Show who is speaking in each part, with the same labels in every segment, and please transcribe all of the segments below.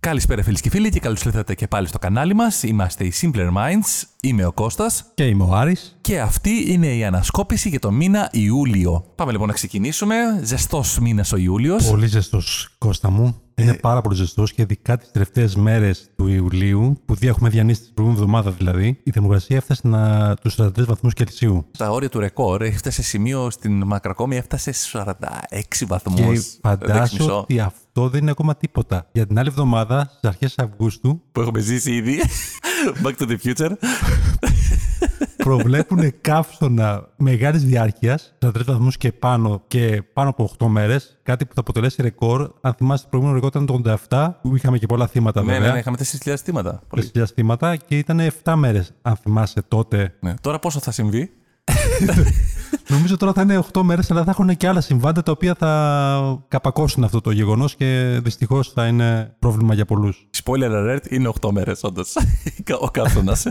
Speaker 1: Καλησπέρα φίλες και φίλοι και καλώς ήρθατε και πάλι στο κανάλι μας. Είμαστε οι Simpler Minds, είμαι ο Κώστας
Speaker 2: Και είμαι ο Άρης.
Speaker 1: και αυτή είναι η ανασκόπηση για το μήνα Ιούλιο. Πάμε λοιπόν να ξεκινήσουμε. Ζεστός μήνας ο Ιούλιος.
Speaker 2: Πολύ ζεστός, Κώστα μου. Είναι πάρα πολύ ζεστός και ειδικά τις τελευταίες μέρες του Ιουλίου, που δι- έχουμε διανύσει την προηγούμενη εβδομάδα δηλαδή, η θερμοκρασία έφτασε να... τους 43 βαθμούς Κελσίου.
Speaker 1: Τα όρια του ρεκόρ έφτασε σημείο στην μακρακόμη, έφτασε στους 46
Speaker 2: Και
Speaker 1: βαθμούς. Δεν
Speaker 2: φαντάζομαι
Speaker 1: ξυπνήσω,
Speaker 2: ότι αυτό δεν είναι ακόμα τίποτα. Για την άλλη εβδομάδα, στις αρχές Αυγούστου,
Speaker 1: που έχουμε ζήσει ήδη. Back to the future.
Speaker 2: προβλέπουν καύσωνα μεγάλης διάρκειας, 43 βαθμούς και πάνω, και πάνω από 8 μέρες. Κάτι που θα αποτελέσει ρεκόρ. Αν θυμάστε, το προηγούμενο ρεκόρ ήταν το 87, που είχαμε και πολλά θύματα
Speaker 1: ναι, ναι,
Speaker 2: βέβαια.
Speaker 1: ναι, είχαμε 4.000 θύματα. Πολύ.
Speaker 2: Πολλές διαστήματα και ήταν 7 μέρες, αν θυμάσαι τότε.
Speaker 1: Ναι. Τώρα πόσο θα συμβεί.
Speaker 2: Νομίζω τώρα θα είναι 8 μέρες, αλλά θα έχουν και άλλα συμβάντα τα οποία θα καπακώσουν αυτό το γεγονός και δυστυχώς θα είναι πρόβλημα για πολλούς.
Speaker 1: Spoiler alert, είναι 8 μέρες όντως. ο καύσωνας.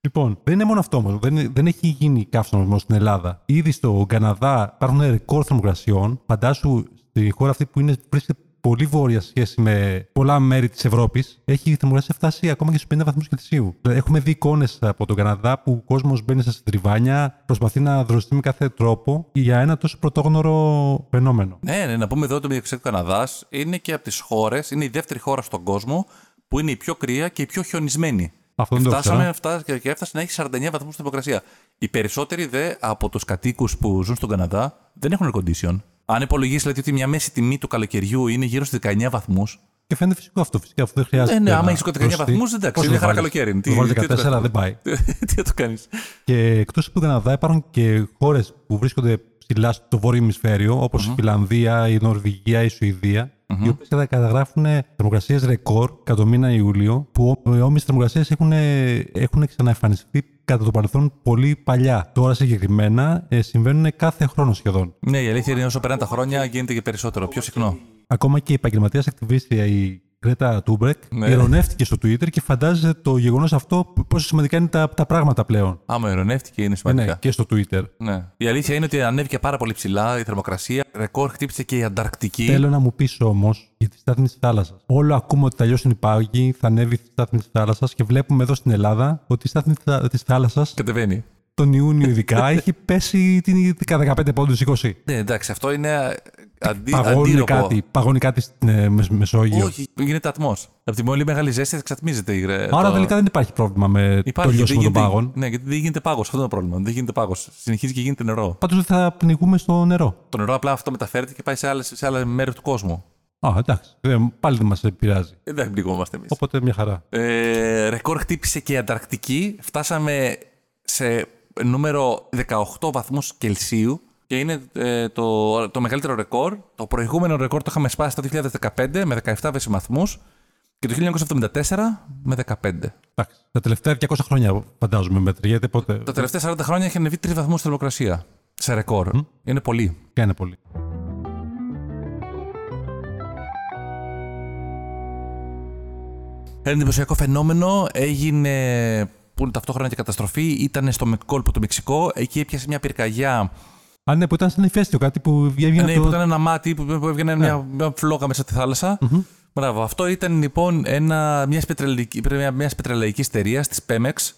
Speaker 2: Λοιπόν, δεν είναι μόνο αυτό όμως. Δεν, δεν έχει γίνει καύσωνας όμως στην Ελλάδα. Ήδη στο Καναδά υπάρχουν ρεκόρ θερμοκρασιών. Φαντάσου στη χώρα αυτή που είναι, βρίσκεται πολύ βόρεια σε σχέση με πολλά μέρη της Ευρώπης, έχει η θερμοκρασία φτάσει ακόμα και στους 50 βαθμούς Κελσίου. Δηλαδή, Έχουμε δει εικόνες από τον Καναδά που ο κόσμος μπαίνει στα συντριβάνια, προσπαθεί να δροσιστεί με κάθε τρόπο για ένα τόσο πρωτόγνωρο φαινόμενο.
Speaker 1: Ναι, ναι, να πούμε εδώ ότι ο του Καναδάς είναι και από τις χώρες, είναι η δεύτερη χώρα στον κόσμο που είναι η πιο κρύα και η πιο χιονισμένη.
Speaker 2: Αυτό δεν το
Speaker 1: Φτάσαμε
Speaker 2: ήξερα.
Speaker 1: φτά, και και έφτασε να έχει 49 βαθμούς θερμοκρασία. Οι περισσότεροι δε από τους κατοίκους που ζουν στον Καναδά δεν έχουν air condition. Αν υπολογίσει δηλαδή ότι μια μέση τιμή του καλοκαιριού είναι γύρω στους 19 βαθμούς.
Speaker 2: Και φαίνεται φυσικό αυτό. Φυσικά αυτό δεν χρειάζεται.
Speaker 1: Ναι, ναι,
Speaker 2: να
Speaker 1: άμα έχεις 19
Speaker 2: δροσιστεί.
Speaker 1: βαθμούς, εντάξει,
Speaker 2: Πώς
Speaker 1: είναι
Speaker 2: το
Speaker 1: χαρά
Speaker 2: βάλεις.
Speaker 1: καλοκαίρι.
Speaker 2: Το βάλει 14, δεν πάει.
Speaker 1: Τι θα το κάνεις.
Speaker 2: Και εκτός από τον Καναδά, υπάρχουν και χώρες που βρίσκονται ψηλά στο βόρειο ημισφαίριο, όπως η Φιλανδία, η Νορβηγία, η σουηδια οι οποίες καταγράφουν θερμοκρασίες ρεκόρ κατά το μήνα Ιούλιο, που οι όμοιες θερμοκρασίες έχουν, έχουν ξαναεμφανιστεί κατά το παρελθόν πολύ παλιά. Τώρα συγκεκριμένα ε, συμβαίνουν κάθε χρόνο σχεδόν.
Speaker 1: Ναι, η αλήθεια είναι όσο περνάνε τα χρόνια γίνεται και περισσότερο, πιο συχνό.
Speaker 2: Ακόμα και η επαγγελματία ακτιβίστρια η Κρέτα Τούμπρεκ
Speaker 1: Ναι.
Speaker 2: ειρωνεύτηκε στο Twitter και φαντάζεται το γεγονός αυτό πόσο σημαντικά είναι τα, τα πράγματα πλέον.
Speaker 1: Άμα ειρωνεύτηκε είναι
Speaker 2: Ε,
Speaker 1: σημαντικά.
Speaker 2: Ναι, και στο Twitter.
Speaker 1: Ναι. Η αλήθεια είναι ότι ανέβηκε πάρα πολύ ψηλά η θερμοκρασία. Ρεκόρ χτύπησε και η Ανταρκτική.
Speaker 2: Θέλω να μου πεις όμως για τη στάθμη της θάλασσας. Όλο ακούμε ότι θα λιώσουν οι πάγοι, θα ανέβει η στάθμη της θάλασσας και βλέπουμε εδώ στην Ελλάδα ότι η στάθμη τη θάλασσας
Speaker 1: Κατεβαίνει.
Speaker 2: τον Ιούνιο ειδικά έχει πέσει την κατά 15 πόντου 20.
Speaker 1: Ναι, εντάξει, αυτό είναι αντί,
Speaker 2: Παγώνει
Speaker 1: Ε, αντίρροπο.
Speaker 2: κάτι, παγώνει κάτι στην ε, Μεσ- Μεσόγειο.
Speaker 1: Όχι, γίνεται ατμός. Από τη πολύ μεγάλη ζέστη εξατμίζεται η γρε...
Speaker 2: Άρα
Speaker 1: ε, το-
Speaker 2: τελικά δεν υπάρχει πρόβλημα με το
Speaker 1: γιατί
Speaker 2: λιώσιμο των
Speaker 1: γίνεται-
Speaker 2: πάγων.
Speaker 1: Ναι, γιατί δεν γίνεται πάγος. Αυτό είναι το πρόβλημα. Δεν γίνεται πάγος. Συνεχίζει και γίνεται νερό.
Speaker 2: Πάντως δεν θα πνιγούμε στο νερό.
Speaker 1: Το νερό απλά αυτό μεταφέρεται και πάει σε, άλλες, σε άλλα μέρη του κόσμου.
Speaker 2: Α, εντάξει. Δεν- Πάλι δεν μας επηρεάζει.
Speaker 1: Ε, Δεν πνιγόμαστε εμείς.
Speaker 2: Οπότε μια χαρά.
Speaker 1: Ε, ρεκόρ χτύπησε και η Ανταρκτική. Φτάσαμε σε νούμερο 18 βαθμούς Κελσίου και είναι ε, το, το μεγαλύτερο ρεκόρ. Το προηγούμενο ρεκόρ το είχαμε σπάσει το 2015 με 17 βεσιμαθμούς και το 1974 με 15.
Speaker 2: Εντάξει. Τα τελευταία 200 χρόνια φαντάζομαι μετριέται. Οπότε
Speaker 1: Τα τελευταία 40 χρόνια έχει ανεβεί 3 βαθμούς θερμοκρασία σε ρεκόρ. Είναι πολύ.
Speaker 2: κάνε πολύ.
Speaker 1: Ένα εντυπωσιακό φαινόμενο έγινε που είναι ταυτόχρονα και καταστροφή. Ήταν στο κόλπο του Μεξικό. Εκεί έπιασε μια πυρκαγιά
Speaker 2: Α, ναι, που ήταν σαν ηφαίστειο κάτι που βγαίνει
Speaker 1: Ναι,
Speaker 2: από
Speaker 1: που
Speaker 2: το-
Speaker 1: ήταν ένα μάτι που, που έβγαινε μια, μια φλόγα μέσα στη θαλασσα Μπράβο. Αυτό ήταν λοιπόν ένα, μιας, πετρελαϊκή- μια μιας πετρελαϊκής εταιρεία της Pemex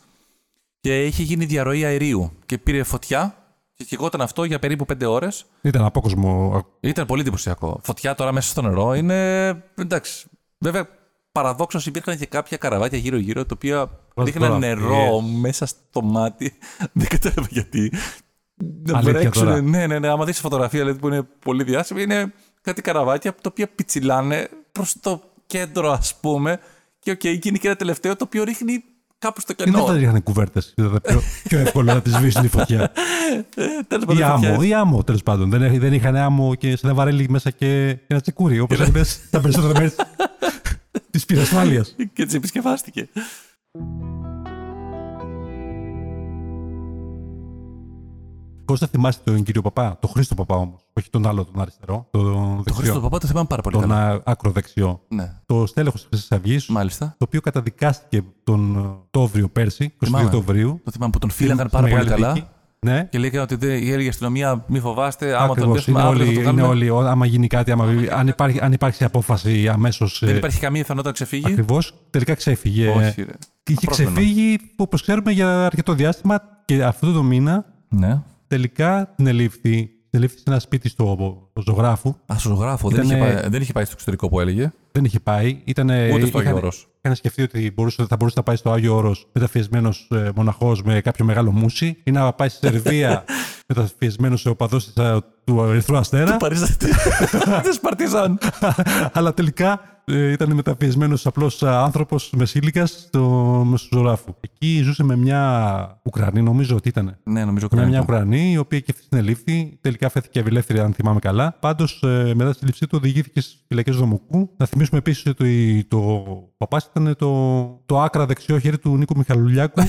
Speaker 1: και είχε γίνει διαρροή αερίου και πήρε φωτιά και κυγόταν αυτό για περίπου 5 ώρες.
Speaker 2: Ήταν απόκοσμο.
Speaker 1: Ήταν πολύ εντυπωσιακό. Φωτιά τώρα μέσα στο νερό είναι. εντάξει. Βέβαια, παραδόξως υπήρχαν και κάποια καραβάκια γύρω-γύρω τα οποία ρίχναν
Speaker 2: τώρα, ε,
Speaker 1: νερό μέσα στο μάτι. Δεν κατάλαβα γιατί. Να
Speaker 2: Αλήθεια
Speaker 1: βρέξουνε.
Speaker 2: τώρα.
Speaker 1: Ναι, ναι, ναι. Άμα δεις φωτογραφία δηλαδή, που είναι πολύ διάσημη, είναι κάτι καραβάκια τα οποία πιτσιλάνε προς το κέντρο, ας πούμε. Και οκ, γίνει και ένα τελευταίο το οποίο ρίχνει κάπου στο
Speaker 2: Τι δεν
Speaker 1: κενό.
Speaker 2: θα ρίχνανε κουβέρτες. Πιο, πιο εύκολο να τη σβήσουν τη φωτιά.
Speaker 1: Ε, τέλος πάντων,
Speaker 2: ή άμμο,
Speaker 1: φωτιές.
Speaker 2: ή άμμο τέλος πάντων. Δεν, έχ- δεν είχαν άμμο και σε ένα βαρέλι μέσα και ένα τσεκούρι. Όπως έκανε τα περισσότερα μέρη της πυρασφάλειας.
Speaker 1: Και έτσι επισκευάστηκε.
Speaker 2: Κώστα θυμάστε τον κύριο Παπά, τον Χρήστο Παπά όμως. Όχι τον άλλο, τον αριστερό. Τον
Speaker 1: Το Χρήστο
Speaker 2: δεξιό.
Speaker 1: Παπά το θυμάμαι πάρα πολύ
Speaker 2: Τον
Speaker 1: καλά.
Speaker 2: α- άκρο δεξιό.
Speaker 1: Ναι,
Speaker 2: Το στέλεχος της Χρυσής Αυγής,
Speaker 1: μάλιστα.
Speaker 2: το οποίο καταδικάστηκε τον ε, Τόβριο πέρσι, 22
Speaker 1: Θυμάμαι.
Speaker 2: Τόβριου.
Speaker 1: Το θυμάμαι που τον φύλαγαν
Speaker 2: Στη
Speaker 1: πάρα πολύ
Speaker 2: Μεγάλη
Speaker 1: καλά.
Speaker 2: Δίκη. Ναι.
Speaker 1: Και λέει ότι δεν- η Γαλλική αστυνομία, μη φοβάστε, άμα τον
Speaker 2: Ακριβώς.
Speaker 1: πιάσουμε
Speaker 2: είναι
Speaker 1: αύριο θα
Speaker 2: όλοι,
Speaker 1: το
Speaker 2: είναι
Speaker 1: κάνουμε.
Speaker 2: όλοι, ό, άμα γίνει κάτι, άμα, αν, υπάρχει, αν υπάρξει απόφαση αμέσως.
Speaker 1: Δεν υπάρχει καμία πιθανότητα να ξεφύγει.
Speaker 2: Ακριβώς. Τελικά ξέφυγε.
Speaker 1: Όχι, ρε.
Speaker 2: Και είχε
Speaker 1: Απρόφθενο.
Speaker 2: ξεφύγει, όπως ξέρουμε, για αρκετό διάστημα και αυτό το μήνα
Speaker 1: Ναι.
Speaker 2: τελικά την ελήφθη. Την ελήφθη σε ένα σπίτι στο, στο ζωγράφου.
Speaker 1: Α, σου γράφω. Δεν, είχε
Speaker 2: Ήτανε-
Speaker 1: πάει, δεν είχε πάει στο εξωτερικό που έλεγε.
Speaker 2: Δεν είχε πάει. Ήταν,
Speaker 1: Ούτε στο Άγιο Όρος.
Speaker 2: Είχαν σκεφτεί ότι μπορούσε, θα μπορούσε να πάει στο Άγιο Όρος μεταφιεσμένο μοναχός με κάποιο μεγάλο μουσι ή να πάει στη Σερβία μεταφιεσμένο σε οπαδό του Ερυθρού Αστέρα.
Speaker 1: Παρίζατε. Της Παρτιζάν.
Speaker 2: Αλλά τελικά ε, ήταν μεταφιεσμένο απλό άνθρωπος μεσήλικας στο Μεσοζωράφου. Εκεί ζούσε με μια Ουκρανή, νομίζω ότι ήταν.
Speaker 1: Ναι, νομίζω
Speaker 2: Με μια
Speaker 1: κανένα.
Speaker 2: Ουκρανή, η οποία και αυτή συνελήφθη. Τελικά φέθηκε ευελεύθερη, αν θυμάμαι καλά. Πάντως, μετά τη λήψή του, οδηγήθηκε στις φυλακές Δομοκού. Να θυμίσουμε επίσης ότι το παπάς ήταν το, το άκρα δεξιό χέρι του Νίκου Μιχαλουλιάκου.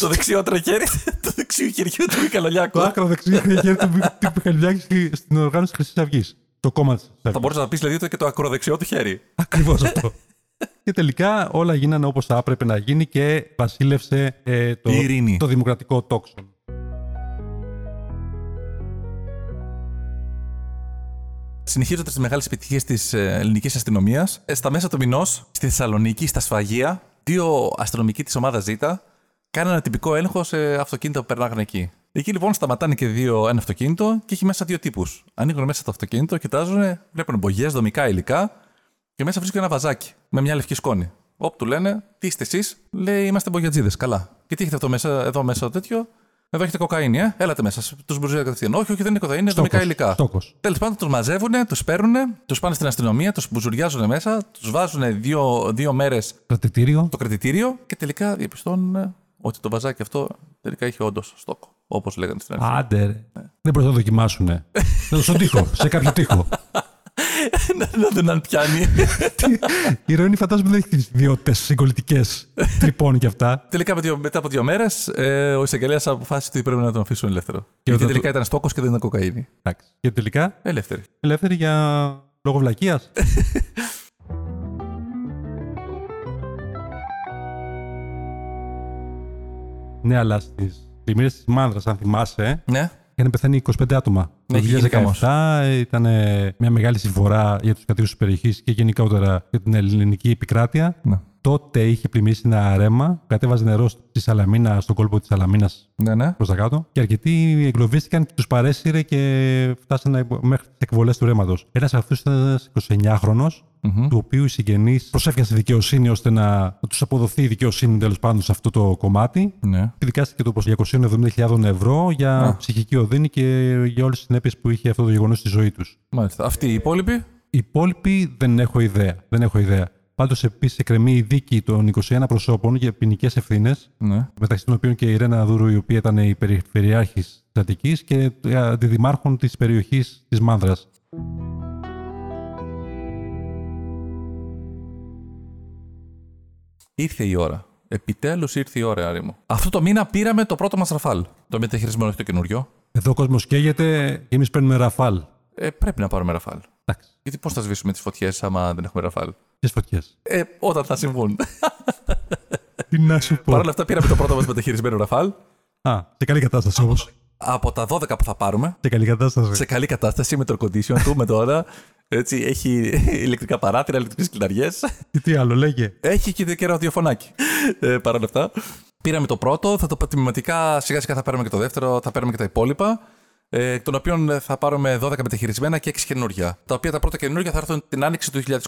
Speaker 1: Το δεξιό τραχέρι του δεξιού χεριού του
Speaker 2: το
Speaker 1: Μικαλολιάκου.
Speaker 2: άκρα δεξιό χέρι του Νίκου Μιχαλουλιάκου στη- στην οργάνωση Χρυσής Αυγής. Το κόμμα της
Speaker 1: Θα μπορούσες να πεις δηλαδή το και το ακροδεξιό του χέρι.
Speaker 2: Ακριβώς αυτό. και τελικά όλα γίνανε όπως θα έπρεπε να γίνει και βασίλευσε ε, το,
Speaker 1: Η ειρήνη.
Speaker 2: το δημοκρατικό τόξο.
Speaker 1: Συνεχίζοντα τις μεγάλες επιτυχίες της ελληνικής αστυνομίας, Ε, στα μέσα του μηνός, στη Θεσσαλονίκη, στα σφαγεία, δύο αστυνομικοί της ομάδας Ζ κάνανε ένα τυπικό έλεγχο σε αυτοκίνητα που περνάγανε εκεί. Εκεί λοιπόν σταματάνε και δύο ένα αυτοκίνητο και έχει μέσα δύο τύπους. Ανοίγουν μέσα το αυτοκίνητο, κοιτάζουν, βλέπουν μπογιέ, δομικά υλικά και μέσα βρίσκουν ένα βαζάκι με μια λευκή σκόνη. Όπου του λένε, τι είστε εσείς, λέει είμαστε μπογιατζίδε. Καλά. Και τι έχετε εδώ μέσα, εδώ μέσα τέτοιο, εδώ έχετε κοκαίνη, ε? έλατε μέσα. Τους μπουζούν κατευθείαν. Όχι, όχι, δεν είναι κοκαίνη, είναι δομικά υλικά.
Speaker 2: Στόκος.
Speaker 1: Τέλος πάντων, τους μαζεύουν, του παίρνουν, τους πάνε στην αστυνομία, τους μπουζουριάζουν μέσα, τους βάζουν δύο, δύο μέρες
Speaker 2: Κρατητήριο.
Speaker 1: στο κρατητήριο και τελικά διαπιστώνουν ε, ότι το βαζάκι αυτό τελικά είχε όντως στόκο. Όπως λέγανε στην αρχή.
Speaker 2: Άντε. ρε. Δεν μπορούσαν να το δοκιμάσουνε. Να το στον τοίχο, σε κάποιο τοίχο.
Speaker 1: Να- να δουν αν πιάνει.
Speaker 2: Η Ροήνη φαντάζομαι δεν έχει τι ιδιότητε συγκολητικές τρυπών και αυτά.
Speaker 1: τελικά με δύο- μετά από δύο μέρες ο εισαγγελέας αποφάσισε ότι πρέπει να τον αφήσουν ελεύθερο. Και Γιατί
Speaker 2: όταν
Speaker 1: τελικά
Speaker 2: το-
Speaker 1: ήταν στόκος και δεν ήταν κοκαίνη.
Speaker 2: Εντάξει. Και τελικά
Speaker 1: Ελεύθερη.
Speaker 2: ελεύθερη για λόγω βλακείας. ναι, αλλά στις πλημμύρε της Μάνδρας, αν θυμάσαι,
Speaker 1: Ναι.
Speaker 2: Είχαν πεθάνει 25 άτομα.
Speaker 1: Ναι,
Speaker 2: Το
Speaker 1: είχε γίνει
Speaker 2: 2017 ήταν ε, μια μεγάλη συμφορά για τους κατοίκους της περιοχής και γενικότερα για την ελληνική επικράτεια.
Speaker 1: Ναι.
Speaker 2: Τότε είχε πλημμύσει ένα ρέμα, κατέβαζε νερό στη Σαλαμίνα, στον κόλπο της Σαλαμίνας
Speaker 1: Ναι, ναι.
Speaker 2: προς τα κάτω και αρκετοί εγκλωβίστηκαν και τους παρέσυρε και φτάσανε μέχρι τις εκβολές του ρέματος. Ένας από αυτούς ήταν ένας 29χρονος,
Speaker 1: Μμμ.
Speaker 2: του οποίου οι συγγενείς προσέφηκαν στη δικαιοσύνη ώστε να, να τους αποδοθεί η δικαιοσύνη τέλος πάντων σε αυτό το κομμάτι
Speaker 1: Ναι.
Speaker 2: και δικάστηκε το πως 270.000 ευρώ για
Speaker 1: Α.
Speaker 2: ψυχική οδύνη και για όλες τις συνέπειες που είχε αυτό το γεγονός στη ζωή τους.
Speaker 1: Μάλιστα. Αυτοί οι υπόλοιποι.
Speaker 2: Οι υπόλοιποι δεν έχω ιδέα. Δεν έχω ιδέα. Πάντως επίσης εκκρεμεί η δίκη των 21 προσώπων για ποινικές ευθύνες,
Speaker 1: Ναι.
Speaker 2: μεταξύ των οποίων και η Ρένα Δούρου, η οποία ήταν η περιφερειάρχης της Αττικής και ε, αντιδημάρχων της περιοχής της Μάνδρας.
Speaker 1: Ήρθε η ώρα. Επιτέλους ήρθε η ώρα, Άρη μου. Αυτό το μήνα πήραμε το πρώτο μας ραφάλ. Το μεταχειρισμένο, όχι το καινούριο.
Speaker 2: Εδώ ο κόσμος καίγεται και εμείς παίρνουμε ραφάλ.
Speaker 1: Ε, πρέπει να πάρουμε ραφάλ.
Speaker 2: Εντάξει,
Speaker 1: Γιατί πώς θα σβήσουμε τις φωτιές άμα δεν έχουμε ραφάλ.
Speaker 2: ποιες φωτιές.
Speaker 1: Ε, όταν θα συμβούν.
Speaker 2: Τι να σου πω.
Speaker 1: Παρ' όλα αυτά, πήραμε το πρώτο μας μεταχειρισμένο ραφάλ.
Speaker 2: Α, σε καλή κατάσταση όμως.
Speaker 1: Από τα 12 που θα πάρουμε,
Speaker 2: Σε καλή κατάσταση.
Speaker 1: σε καλή κατάσταση με το air condition του, με τώρα. Έτσι, έχει ηλεκτρικά παράθυρα, ηλεκτρικές κλειδαριές.
Speaker 2: Και τι άλλο, λέγε.
Speaker 1: Έχει και, και ραδιοφωνάκι. Ε, Παρ' όλα αυτά. Πήραμε το πρώτο, θα το τμηματικά σιγά σιγά θα παίρνουμε και το δεύτερο, θα παίρνουμε και τα υπόλοιπα. Ε, των οποίων θα πάρουμε 12 μεταχειρισμένα και 6 καινούργια. Τα οποία τα πρώτα καινούργια θα έρθουν την άνοιξη του 2022.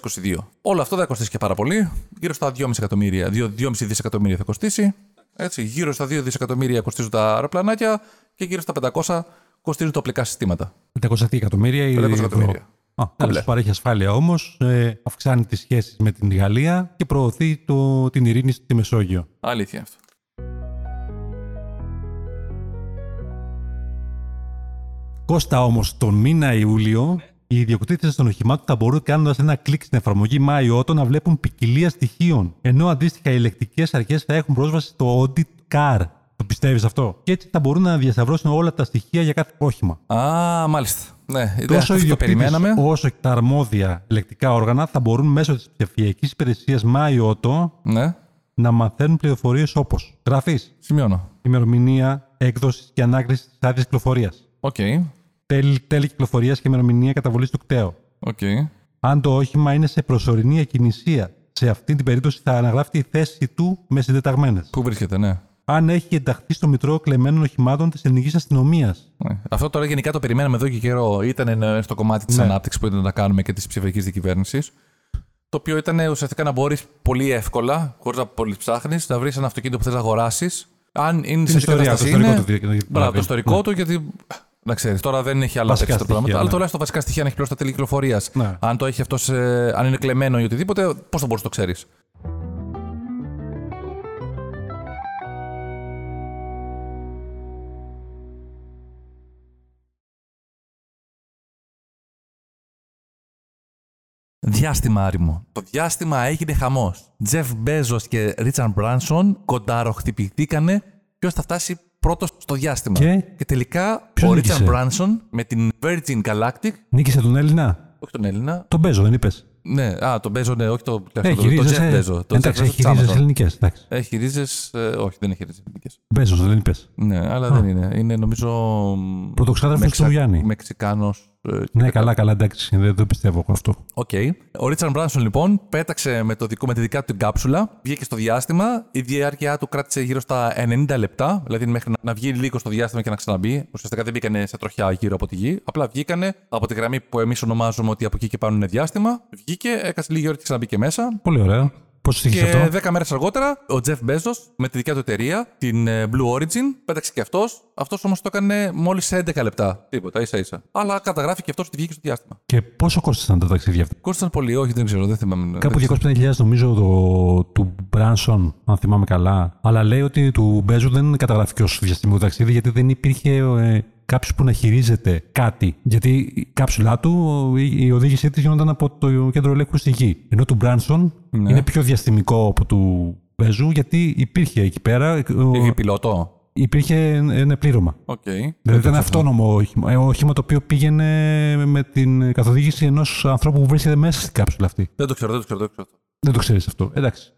Speaker 1: Όλο αυτό δεν θα κοστίσει και πάρα πολύ. Γύρω στα 2,5 εκατομμύρια, 2, 2,5 δισεκατομμύρια θα κοστίσει. Έτσι, γύρω στα 2 δισεκατομμύρια κοστίζουν τα αεροπλανάκια και γύρω στα 500 κοστίζουν τα οπλικά συστήματα.
Speaker 2: 500 εκατομμύρια ή
Speaker 1: 500
Speaker 2: ευρώ.
Speaker 1: εκατομμύρια.
Speaker 2: Α, αλλά σου παρέχει ασφάλεια όμως, ε, αυξάνει τις σχέσεις με την Γαλλία και προωθεί το, την ειρήνη στη Μεσόγειο.
Speaker 1: Αλήθεια αυτό.
Speaker 2: Κώστα όμως, τον μήνα Ιούλιο, οι ιδιοκτήτες των οχημάτων θα μπορούν κάνοντας ένα κλικ στην εφαρμογή MyAuto να βλέπουν ποικιλία στοιχείων. Ενώ αντίστοιχα οι ηλεκτρικέ αρχές θα έχουν πρόσβαση στο Audit Car. Το πιστεύεις αυτό. Και έτσι θα μπορούν να διασταυρώσουν όλα τα στοιχεία για κάθε όχημα.
Speaker 1: Α, μάλιστα. Ναι, αυτό
Speaker 2: Τόσο οι
Speaker 1: το
Speaker 2: ιδιοκτήτες
Speaker 1: περιμέναμε.
Speaker 2: όσο και τα αρμόδια ηλεκτρικά όργανα θα μπορούν μέσω της ψηφιακής υπηρεσίας MyAuto
Speaker 1: Ναι,
Speaker 2: να μαθαίνουν πληροφορίες όπως γραφή,
Speaker 1: σημειώνω.
Speaker 2: ημερομηνία, έκδοσης και ανάκριση της άδειας κυκλοφορίας.
Speaker 1: Οκ.
Speaker 2: Τέλη, τέλη κυκλοφορίας και ημερομηνία καταβολής του κταίου.
Speaker 1: Οκ.
Speaker 2: Αν το όχημα είναι σε προσωρινή ακινησία, σε αυτή την περίπτωση θα αναγράφεται η θέση του με συντεταγμένες.
Speaker 1: Πού βρίσκεται, ναι.
Speaker 2: Αν έχει ενταχθεί στο Μητρό Κλεμμένων Οχημάτων της Ελληνικής Αστυνομίας.
Speaker 1: Ναι. Αυτό τώρα γενικά το περιμέναμε εδώ και καιρό. Ήταν ε, στο κομμάτι της
Speaker 2: Ναι.
Speaker 1: ανάπτυξης που ήταν να τα κάνουμε και της ψηφιακής διακυβέρνησης. Το οποίο ήταν ε, ουσιαστικά να μπορείς πολύ εύκολα, χωρίς να πολύ ψάχνεις, να βρεις ένα αυτοκίνητο που θες να αγοράσεις. Αν είναι σε τι
Speaker 2: ιστορία, το
Speaker 1: κατάσταση
Speaker 2: ιστορικό
Speaker 1: είναι,
Speaker 2: του δια-
Speaker 1: Μπράβο,
Speaker 2: δηλαδή.
Speaker 1: το ιστορικό του, γιατί. Να ξέρεις, τώρα δεν έχει άλλα
Speaker 2: Βασικά
Speaker 1: τέτοια
Speaker 2: στοιχεία,
Speaker 1: πράγματα. Αλλά
Speaker 2: ναι.
Speaker 1: τουλάχιστον βασικά στοιχεία να έχει πλέον στα τέλη κυκλοφορίας.
Speaker 2: Ναι.
Speaker 1: Αν το έχει αυτός, σε- αν είναι κλεμμένο ή οτιδήποτε, πώς θα μπορείς να το ξέρεις. Διάστημα άριμο. Το διάστημα έγινε χαμός. Τζεφ Μπέζος και Ρίτσαρντ Μπράνσον κονταροχτυπηθήκανε ποιος θα φτάσει πρώτος στο διάστημα.
Speaker 2: Και?
Speaker 1: τελικά
Speaker 2: Ποιος
Speaker 1: ο
Speaker 2: νίκησε?
Speaker 1: Ρίτσαρντ Μπράνσον με την Virgin Galactic,
Speaker 2: Νίκησε τον Έλληνα.
Speaker 1: όχι τον Έλληνα.
Speaker 2: Τον Μπέζο, δεν είπες.
Speaker 1: Ναι, α, τον Μπέζο, ναι, όχι τον
Speaker 2: Έχει
Speaker 1: τον
Speaker 2: ρίζε.
Speaker 1: Τζεφ Μπέζο. τον Τζεφ
Speaker 2: Εντάξει,
Speaker 1: Μπέζο
Speaker 2: έχει
Speaker 1: της
Speaker 2: ρίζε
Speaker 1: Amazon.
Speaker 2: ελληνικέ.
Speaker 1: Έχει ρίζε. όχι, δεν έχει ρίζε.
Speaker 2: Μπέζο, δεν είπες.
Speaker 1: Ναι, αλλά δεν είναι. Είναι νομίζω. μ,
Speaker 2: Πρωτοξάδερφος του
Speaker 1: Μεξα-
Speaker 2: Γιάννη.
Speaker 1: Μεξικάνος, ε,
Speaker 2: Ναι, καλά, καλά, εντάξει, δεν το πιστεύω εγώ αυτό.
Speaker 1: Οκ. Ο Ρίτσαρντ Μπράνσον λοιπόν πέταξε με, το δικό, με τη δικά του την κάψουλα, βγήκε στο διάστημα. Η διάρκεια του κράτησε γύρω στα 90 λεπτά, δηλαδή μέχρι να, να βγει λίγο στο διάστημα και να ξαναμπεί. Ουσιαστικά δεν μπήκανε σε τροχιά γύρω από τη γη. Απλά βγήκανε από τη γραμμή που εμείς ονομάζουμε ότι από εκεί και πάνω είναι διάστημα. Βγήκε, έκασε λίγη ώρα και ξαναμπήκε μέσα.
Speaker 2: Πολύ ωραία. Πώς είχε
Speaker 1: Και
Speaker 2: αυτό.
Speaker 1: 10 μέρες αργότερα, ο Τζεφ Μπέζος με τη δικιά του εταιρεία, την ε, Blue Origin, πέταξε και αυτός. Αυτός όμως το έκανε μόλις 11 λεπτά. Τίποτα, ίσα ίσα. Αλλά καταγράφει και αυτός ότι βγήκε στο διάστημα.
Speaker 2: Και πόσο κόστησαν τα ταξίδια αυτά.
Speaker 1: Κόστησαν πολύ, όχι, δεν ξέρω, δεν θυμάμαι.
Speaker 2: Κάπου
Speaker 1: δεν
Speaker 2: 250.000 νομίζω το, του Μπράνσον, αν θυμάμαι καλά. Αλλά λέει ότι του Μπέζου δεν καταγράφηκε ως διαστημικό ταξίδι γιατί δεν υπήρχε ε, κάποιος που να χειρίζεται κάτι. Γιατί η κάψουλά του, η, η οδήγησή της γινόταν από το κέντρο ελέγχου στη γη. Ενώ του Μπράνσον είναι πιο διαστημικό από του Μπέζου γιατί υπήρχε εκεί πέρα. ε, ο-
Speaker 1: Είχε πιλότο.
Speaker 2: Υπήρχε ένα πλήρωμα.
Speaker 1: Οκ.
Speaker 2: Δηλαδή ήταν αυτόνομο όχημα, ε, όχημα το οποίο πήγαινε με την καθοδήγηση ενός ανθρώπου που βρίσκεται μέσα στην κάψουλα αυτή.
Speaker 1: Δεν το ξέρω, δεν το ξέρω. Δεν το ξέρω.
Speaker 2: Δεν το ξέρεις αυτό. Εντάξει.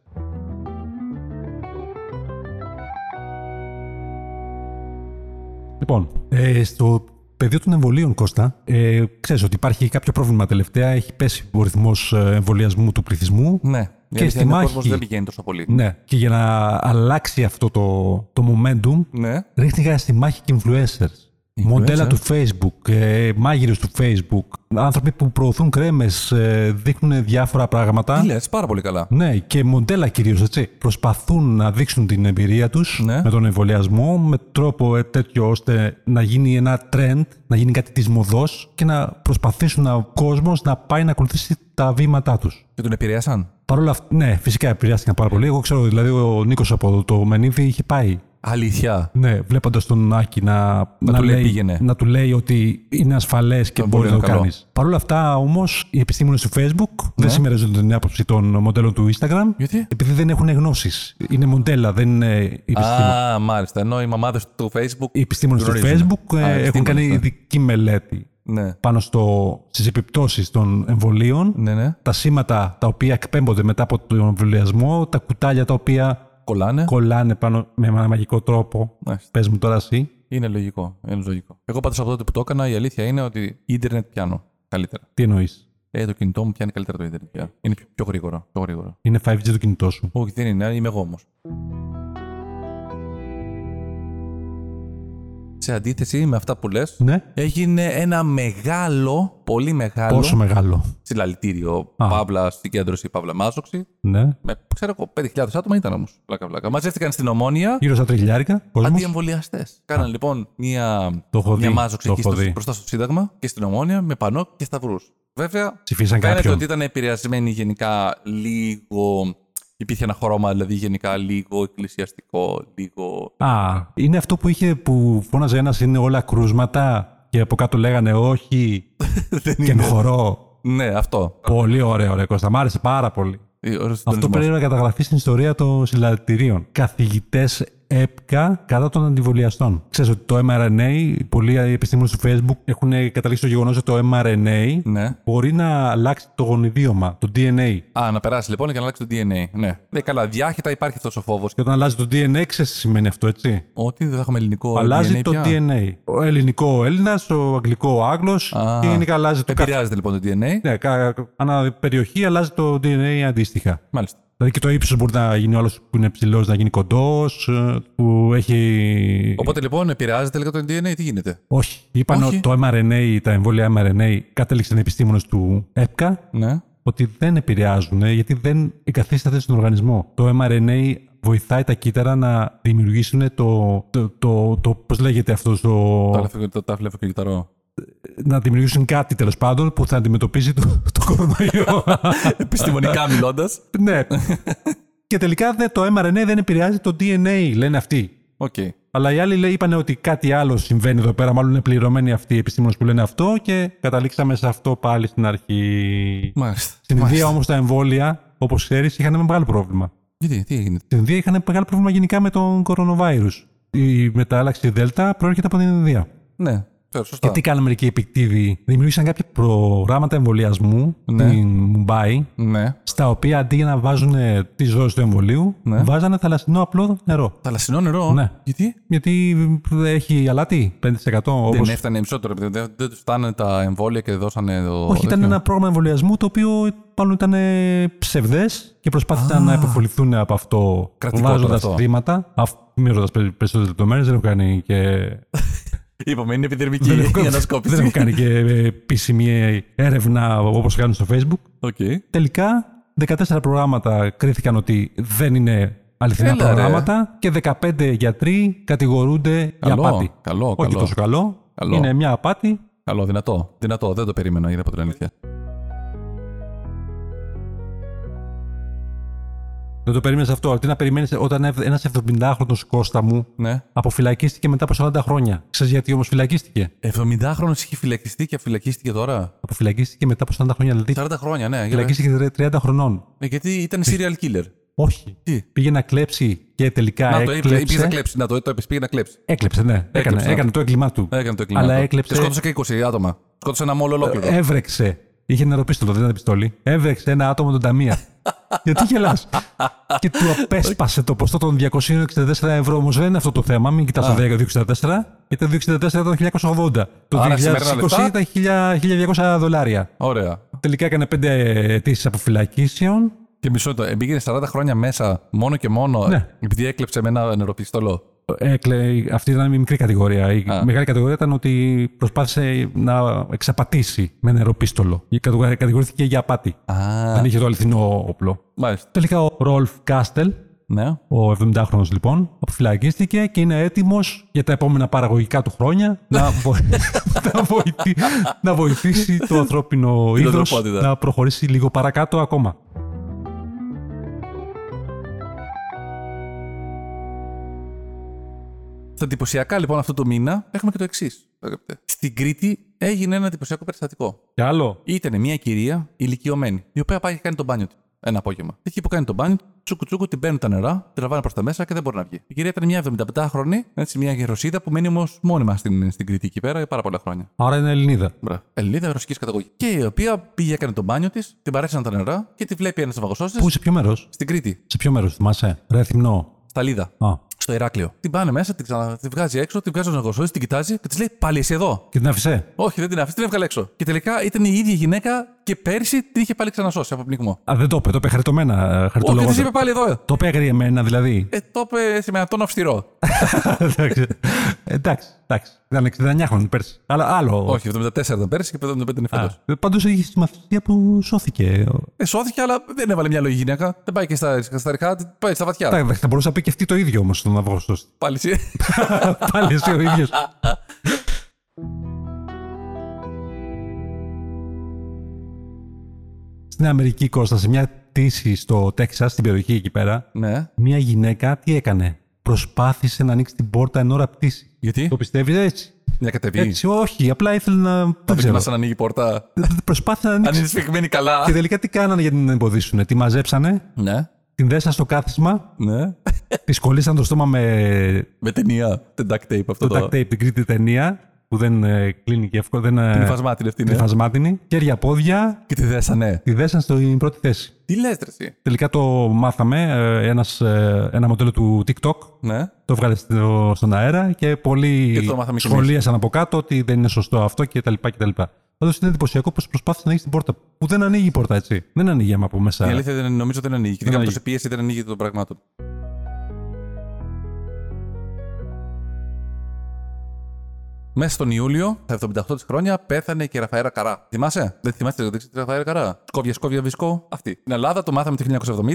Speaker 2: Λοιπόν, ε, στο πεδίο των εμβολίων, Κώστα, ε, ξέρεις ότι υπάρχει κάποιο πρόβλημα τελευταία. Έχει πέσει ο ρυθμός ε, εμβολιασμού του πληθυσμού.
Speaker 1: Ναι. Η αλήθεια
Speaker 2: στη
Speaker 1: είναι,
Speaker 2: μάχη.
Speaker 1: Ο κόσμο δεν πηγαίνει τόσο πολύ.
Speaker 2: Ναι. Και για να αλλάξει αυτό το, το momentum,
Speaker 1: Ναι.
Speaker 2: ρίχνηκαν στη μάχη και influencers. Μοντέλα του Facebook, ε, μάγειρες του Facebook, άνθρωποι που προωθούν κρέμες, δείχνουν διάφορα πράγματα.
Speaker 1: Τι λες, πάρα πολύ καλά.
Speaker 2: Ναι, και μοντέλα κυρίως, έτσι. Προσπαθούν να δείξουν την εμπειρία τους
Speaker 1: Ναι.
Speaker 2: με τον εμβολιασμό με τρόπο ε, τέτοιο ώστε να γίνει ένα trend, να γίνει κάτι της μοδός και να προσπαθήσουν να- ο κόσμος να πάει να ακολουθήσει τα βήματά τους.
Speaker 1: Και τον επηρέασαν.
Speaker 2: Παρ' όλα αυτά, ναι, φυσικά επηρεάστηκαν πάρα πολύ. Εγώ ξέρω, δηλαδή, ο Νίκος από το Μενίδη είχε πάει
Speaker 1: Αλήθεια.
Speaker 2: ναι, βλέποντας τον Άκη να,
Speaker 1: του λέει
Speaker 2: λέει,
Speaker 1: πήγαινε.
Speaker 2: να του λέει ότι είναι ασφαλές και
Speaker 1: Τον
Speaker 2: μπορεί
Speaker 1: πολύ
Speaker 2: να το
Speaker 1: καλό. Ναι.
Speaker 2: κάνεις. Παρ' όλα αυτά, όμως, οι επιστήμονες του Facebook δεν συμμερίζονται την άποψη των μοντέλων του Instagram.
Speaker 1: Γιατί?
Speaker 2: Επειδή δεν έχουν γνώσεις. Είναι μοντέλα, δεν είναι επιστήμονες.
Speaker 1: Α, μάλιστα. Ενώ οι μαμάδες του Facebook.
Speaker 2: Οι επιστήμονες του
Speaker 1: γνωρίζουν.
Speaker 2: Facebook ε,
Speaker 1: Α,
Speaker 2: έχουν
Speaker 1: επιστήμονες,
Speaker 2: κάνει
Speaker 1: ναι.
Speaker 2: ειδική μελέτη
Speaker 1: Ναι.
Speaker 2: πάνω στο, στις επιπτώσεις των εμβολίων,
Speaker 1: Ναι, ναι.
Speaker 2: τα σήματα τα οποία εκπέμπονται μετά από τον εμβολιασμό, τα κουτάλια τα οποία
Speaker 1: Κολλάνε.
Speaker 2: κολλάνε πάνω με ένα μαγικό τρόπο.
Speaker 1: Μάλιστα.
Speaker 2: Πες μου τώρα εσύ.
Speaker 1: Είναι λογικό. Είναι λογικό. Εγώ πάντως από τότε που το έκανα, η αλήθεια είναι ότι ίντερνετ πιάνω καλύτερα.
Speaker 2: Τι εννοείς.
Speaker 1: Ε, το κινητό μου πιάνει καλύτερα το ίντερνετ. πια. Είναι πιο, πιο γρήγορα. Πιο γρήγορα.
Speaker 2: Είναι 5G το κινητό σου.
Speaker 1: Όχι, δεν είναι, είμαι εγώ όμως. Σε αντίθεση με αυτά που λες,
Speaker 2: Ναι.
Speaker 1: έγινε ένα μεγάλο, πολύ μεγάλο
Speaker 2: Πόσο μεγάλο.
Speaker 1: συλλαλητήριο.
Speaker 2: Α.
Speaker 1: Παύλα συγκέντρωση, παύλα μάζοξη.
Speaker 2: Ναι.
Speaker 1: Με, ξέρω εγώ, 5.000 άτομα ήταν όμως. Πλάκα-πλάκα. Μαζεύτηκαν στην ομόνια
Speaker 2: Γύρω στα τριχιλιάρικα. Κόσμος.
Speaker 1: αντιεμβολιαστές. Κάναν λοιπόν μία,
Speaker 2: Το έχω
Speaker 1: μία
Speaker 2: δει,
Speaker 1: μάζοξη
Speaker 2: το
Speaker 1: εκεί
Speaker 2: έχω
Speaker 1: στο-
Speaker 2: δει.
Speaker 1: μπροστά στο Σύνταγμα και στην ομόνια με πανό και σταυρούς. Βέβαια,
Speaker 2: Ψηφίσαν
Speaker 1: Φαίνεται ότι
Speaker 2: κάποιον.
Speaker 1: ήταν επηρεασμένοι γενικά λίγο. Υπήρχε ένα χρώμα, δηλαδή γενικά λίγο εκκλησιαστικό, λίγο.
Speaker 2: Α, είναι αυτό που είχε που φώναζε ένας είναι όλα κρούσματα και από κάτω λέγανε όχι
Speaker 1: Δεν
Speaker 2: και με χορό.
Speaker 1: Ναι, αυτό.
Speaker 2: Πολύ ωραίο, ωραίο Κώστα. Μ' άρεσε πάρα πολύ.
Speaker 1: Ε, ωραίος
Speaker 2: Αυτό
Speaker 1: συντονισμός.
Speaker 2: πρέπει να καταγραφεί στην ιστορία των συλλαλητηρίων. Καθηγητές έπκα κατά των αντιβολιαστών. Ξέρεις ότι το mRNA, πολλοί επιστήμονες του Facebook έχουν καταλήξει το γεγονός ότι το mRNA
Speaker 1: Ναι.
Speaker 2: μπορεί να αλλάξει το γονιδίωμα, το DNA.
Speaker 1: Α, να περάσει λοιπόν και να αλλάξει το DNA. Ναι. ναι καλά, διάχυτα υπάρχει αυτός ο φόβος.
Speaker 2: Και όταν αλλάζει το DNA, ξέρεις τι σημαίνει αυτό, έτσι.
Speaker 1: Ότι δεν θα έχουμε ελληνικό.
Speaker 2: αλλάζει
Speaker 1: DNA
Speaker 2: το
Speaker 1: πια.
Speaker 2: DNA. Ο ελληνικό ο Έλληνας, ο αγγλικό ο Άγγλος.
Speaker 1: Α,
Speaker 2: Γενικά αλλάζει το κάθε.
Speaker 1: Επηρεάζεται λοιπόν το DNA.
Speaker 2: Ναι, κα- ανά περιοχή αλλάζει το DNA αντίστοιχα.
Speaker 1: Μάλιστα.
Speaker 2: Δηλαδή και το ύψος μπορεί να γίνει άλλος που είναι ψηλός να γίνει κοντός, που έχει.
Speaker 1: Οπότε λοιπόν επηρεάζεται τελικά το DNA, τι γίνεται.
Speaker 2: Όχι. Είπαν
Speaker 1: Όχι.
Speaker 2: ότι το μRNA, τα εμβόλια mRNA, κατέληξαν επιστήμονες του ΕΠΚΑ
Speaker 1: Ναι.
Speaker 2: ότι δεν επηρεάζουν ε, γιατί δεν εγκαθίσταται στον οργανισμό. Το mRNA βοηθάει τα κύτταρα να δημιουργήσουν το. το, το, το πώς λέγεται αυτός το.
Speaker 1: Το αλέφιο- Το τάφλεφο και το κυταρό.
Speaker 2: να δημιουργήσουν κάτι τέλος πάντων που θα αντιμετωπίσει το, το κορονοϊό.
Speaker 1: Επιστημονικά μιλώντας.
Speaker 2: ναι. και τελικά δε- το mRNA δεν επηρεάζει το DNA, λένε αυτοί.
Speaker 1: Οκ.
Speaker 2: Αλλά οι άλλοι λέει, είπαν ότι κάτι άλλο συμβαίνει εδώ πέρα. Μάλλον είναι πληρωμένοι αυτοί οι επιστήμονες που λένε αυτό και καταλήξαμε σε αυτό πάλι στην αρχή.
Speaker 1: Μάλιστα.
Speaker 2: Στην
Speaker 1: Μάλιστα.
Speaker 2: Ινδία όμως τα εμβόλια, όπως ξέρεις, είχαν ένα μεγάλο πρόβλημα.
Speaker 1: Γιατί, τι έγινε.
Speaker 2: Στην Ινδία είχαν μεγάλο πρόβλημα γενικά με τον κορονοβάιρους. Η μετάλλαξη Δέλτα προέρχεται από την Ινδία.
Speaker 1: Ναι, ξέρω, σωστά.
Speaker 2: Και τι κάνανε μερικοί επικτήδοι. Δημιούργησαν κάποια προγράμματα εμβολιασμού
Speaker 1: Ναι.
Speaker 2: στην Μουμπάι,
Speaker 1: Ναι.
Speaker 2: στα οποία αντί για να βάζουν τις δόσεις του εμβολίου,
Speaker 1: Ναι.
Speaker 2: βάζανε θαλασσινό απλό νερό.
Speaker 1: Θαλασσινό νερό.
Speaker 2: Ναι.
Speaker 1: Γιατί.
Speaker 2: Γιατί έχει αλάτι 5% όπως.
Speaker 1: Δεν έφτανε μισό τώρα. επειδή Δεν, δεν τους φτάνανε τα εμβόλια και δώσανε το.
Speaker 2: Όχι, ήταν
Speaker 1: τέτοιο.
Speaker 2: ένα πρόγραμμα εμβολιασμού το οποίο πάνω ήταν ψευδές και προσπάθησαν να υποφοληθούν από αυτό
Speaker 1: Κρατικό τώρα
Speaker 2: βάζοντας
Speaker 1: αυτό.
Speaker 2: θύματα. Αφού μην ρωτά περισσότερες λεπτομέρειες, δεν έχω κάνει και
Speaker 1: Είπαμε, είναι επιδερμική
Speaker 2: δεν, έχω...
Speaker 1: η ανασκόπηση.
Speaker 2: δεν έχω κάνει και ε, επίσημη έρευνα όπως κάνουν στο Facebook.
Speaker 1: Οκ.
Speaker 2: Τελικά 14 προγράμματα κρίθηκαν ότι δεν είναι αληθινά
Speaker 1: Έλα, ρε.
Speaker 2: προγράμματα και 15 γιατροί κατηγορούνται
Speaker 1: Καλό,
Speaker 2: για απάτη.
Speaker 1: καλό,
Speaker 2: Όχι
Speaker 1: καλό.
Speaker 2: τόσο καλό.
Speaker 1: Καλό.
Speaker 2: Είναι μια απάτη.
Speaker 1: Καλό, δυνατό. Δυνατό, δεν το περίμενα, είδα από την αλήθεια.
Speaker 2: Δεν το περίμενες αυτό. Τι να περιμένεις όταν ένα 70χρονο Κώστα μου
Speaker 1: Ναι.
Speaker 2: αποφυλακίστηκε μετά από 40 χρόνια. Ξέρεις γιατί όμως φυλακίστηκε.
Speaker 1: 70χρονο είχε φυλακιστεί και αφυλακίστηκε τώρα.
Speaker 2: Αποφυλακίστηκε μετά από 40 χρόνια. Δηλαδή
Speaker 1: 40 χρόνια, ναι. Για...
Speaker 2: φυλακίστηκε 30 χρονών.
Speaker 1: Ναι, γιατί ήταν serial killer.
Speaker 2: Όχι.
Speaker 1: Τι?
Speaker 2: Πήγε να κλέψει και τελικά
Speaker 1: Να το είπε,
Speaker 2: έκλεψε.
Speaker 1: πήγε να κλέψει. Να το, το είπες, πήγε να κλέψει.
Speaker 2: Έκλεψε, ναι. Έκανε,
Speaker 1: Έκλεψε,
Speaker 2: έκανε,
Speaker 1: ναι.
Speaker 2: το έγκλημά του.
Speaker 1: Έκανε το εγκλήμα.
Speaker 2: Αλλά
Speaker 1: του.
Speaker 2: έκλεψε- Ε.
Speaker 1: Και σκότωσε και 20 άτομα. Σκότωσε ένα μόλο ολόκληρο.
Speaker 2: Έβρεξε. Είχε νεροπίστολο, δεν ήταν πιστόλι. Έβρεξε ένα άτομο τον ταμεία. Γιατί γελάς. και του απέσπασε το ποσό των 264 ευρώ. Όμως δεν είναι αυτό το θέμα, μην κοιτάς το 264. Ήταν 264 ήταν το 1980. Το
Speaker 1: Άρα
Speaker 2: 2020
Speaker 1: σημερινά λεφτά.
Speaker 2: ήταν 1000 1200 δολάρια.
Speaker 1: Ωραία.
Speaker 2: Τελικά έκανε 5 αιτήσεις αποφυλακίσεων.
Speaker 1: Και μισό το. Εμπήγαινε 40 χρόνια μέσα μόνο και μόνο
Speaker 2: Ναι.
Speaker 1: επειδή έκλεψε με ένα νεροπιστολό.
Speaker 2: Έκλε, αυτή ήταν μια μικρή κατηγορία. Η
Speaker 1: Α.
Speaker 2: μεγάλη κατηγορία ήταν ότι προσπάθησε να εξαπατήσει με νεροπίστολο. Η κατηγορία- Κατηγορήθηκε για απάτη.
Speaker 1: Α,
Speaker 2: Δεν είχε το αληθινό όπλο.
Speaker 1: μάλιστα.
Speaker 2: Τελικά ο Ρόλφ Κάστελ,
Speaker 1: Ναι.
Speaker 2: ο 70χρονος λοιπόν, αποφυλακίστηκε και είναι έτοιμος για τα επόμενα παραγωγικά του χρόνια να, βο- να, βοηθεί- να βοηθήσει το ανθρώπινο είδος
Speaker 1: ανθρωπότητα.
Speaker 2: να προχωρήσει λίγο παρακάτω ακόμα.
Speaker 1: Στα εντυπωσιακά λοιπόν αυτό το μήνα έχουμε και το εξής. Στην Κρήτη έγινε ένα εντυπωσιακό περιστατικό.
Speaker 2: Και άλλο.
Speaker 1: Ήταν μια κυρία ηλικιωμένη, η οποία πάει και κάνει τον μπάνιο της. Ένα απόγευμα. Εκεί που κάνει τον μπάνιο, τσούκου τσούκου την παίρνουν τα νερά, την τραβάνε προς τα μέσα και δεν μπορεί να βγει. Η κυρία ήταν μια 75χρονη, έτσι, μια γεροσίδα που μένει όμως μόνιμα στην, στην Κρήτη εκεί πέρα για πάρα πολλά χρόνια.
Speaker 2: Άρα είναι Ελληνίδα.
Speaker 1: Μπράβο. Ελληνίδα ρωσικής καταγωγής. Και η οποία πήγε, έκανε τον μπάνιο της, την παρέσαν τα νερά και τη βλέπει ένας ναυαγό της
Speaker 2: Πού, σε ποιο μέρος.
Speaker 1: στην Κρήτη,
Speaker 2: Σε ποιο μέρος θυμάσαι. Ρε Θυμνό.
Speaker 1: στα Λίδα,
Speaker 2: Α.
Speaker 1: στο Ηράκλειο. Την πάνε μέσα, την, ξανα... τη βγάζει έξω, την βγάζει ο ναυαγό την κοιτάζει και της λέει πάλι εσύ εδώ.
Speaker 2: Και την άφησε.
Speaker 1: Όχι, δεν την άφησε, την έβγαλε έξω. Και τελικά ήταν η ίδια γυναίκα και πέρσι την είχε πάλι ξανασώσει από πνιγμό.
Speaker 2: Α, δεν το είπε. Το είπε χαριτωμένα.
Speaker 1: Όχι,
Speaker 2: Χαριτολογώντας.
Speaker 1: της είπε πάλι εδώ.
Speaker 2: Το είπε αγριεμένα δηλαδή.
Speaker 1: Ε, το είπε σε με έναν τόνο αυστηρό.
Speaker 2: εντάξει. εντάξει. Εντάξει. Ήταν 69 χρόνια πέρσι. Αλλά άλλο.
Speaker 1: Όχι, 74 ήταν πέρσι και 75 είναι φέτο.
Speaker 2: Πάντω είχε στη μαθησία που σώθηκε.
Speaker 1: Ε, σώθηκε, αλλά δεν έβαλε μυαλό η γυναίκα. Δεν πάει και στα, στα ρικά, πάει στα βαθιά.
Speaker 2: Τα- Θα μπορούσε να πει και αυτή το ίδιο όμως τον Αυγόστο.
Speaker 1: Πάλι εσύ.
Speaker 2: Πάλι εσύ ο ίδιος. Στην Αμερική, Κώστα, σε μια πτήση στο Τέξας, στην περιοχή εκεί πέρα,
Speaker 1: ναι.
Speaker 2: μια γυναίκα τι έκανε. Προσπάθησε να ανοίξει την πόρτα εν ώρα πτήση.
Speaker 1: Γιατί?
Speaker 2: Το πιστεύεις έτσι.
Speaker 1: Μια κατεβή.
Speaker 2: Έτσι, όχι. Απλά ήθελε να. Δεν ξέρω.
Speaker 1: Δοκιμάσαν Ε. να ανοίγει η πόρτα.
Speaker 2: Προσπάθησε να
Speaker 1: Αν
Speaker 2: ανοίξει.
Speaker 1: είναι σφιγμένη
Speaker 2: Και
Speaker 1: καλά.
Speaker 2: τελικά τι κάνανε για να την εμποδίσουν. Τη μαζέψανε
Speaker 1: ναι.
Speaker 2: την δέσα στο κάθισμα,
Speaker 1: Ναι.
Speaker 2: τη κολλήσαν το στόμα με
Speaker 1: Με ταινία. The duct tape αυτό
Speaker 2: το
Speaker 1: το.
Speaker 2: duct tape, την κρίτη ταινία, που δεν ε, κλείνει και εύκολα, δεν ε,
Speaker 1: Την υφασμάτινη αυτή.
Speaker 2: την
Speaker 1: ναι.
Speaker 2: υφασμάτινη. Χέρια, πόδια,
Speaker 1: Και τη δέσανε.
Speaker 2: τη δέσαν στην πρώτη θέση.
Speaker 1: Τι λες, τρεσί.
Speaker 2: Τελικά το μάθαμε, ε, ένας, ε, ένα μοντέλο του TikTok,
Speaker 1: Ναι.
Speaker 2: το βγάλε στο- στον αέρα και πολλοί
Speaker 1: Και το μάθαμε κι εμείς.
Speaker 2: σχολίασαν από κάτω ότι δεν είναι σωστό αυτό κτλ. κτλ. Πάντω είναι εντυπωσιακό πως προσπάθησε να ανοίξει την πόρτα. Που δεν ανοίγει η πόρτα, έτσι. Δεν ανοίγει άμα από μέσα.
Speaker 1: Η αλήθεια δεν, νομίζω δεν ανοίγει. Ειδικά
Speaker 2: Ναι. Δεν
Speaker 1: με
Speaker 2: ανοίγει.
Speaker 1: τόση πίεση δεν ανοίγει των πραγμάτων. Μέσα στον Ιούλιο, στα 78 της χρόνια, πέθανε και η Ραφαέρα Καρά. Θυμάσαι? Δεν θυμάστε δεν ξέρετε τη Ραφαέρα Καρά. Σκόβια, σκόβια, βυσκό. Αυτή. Στην Ελλάδα το μάθαμε το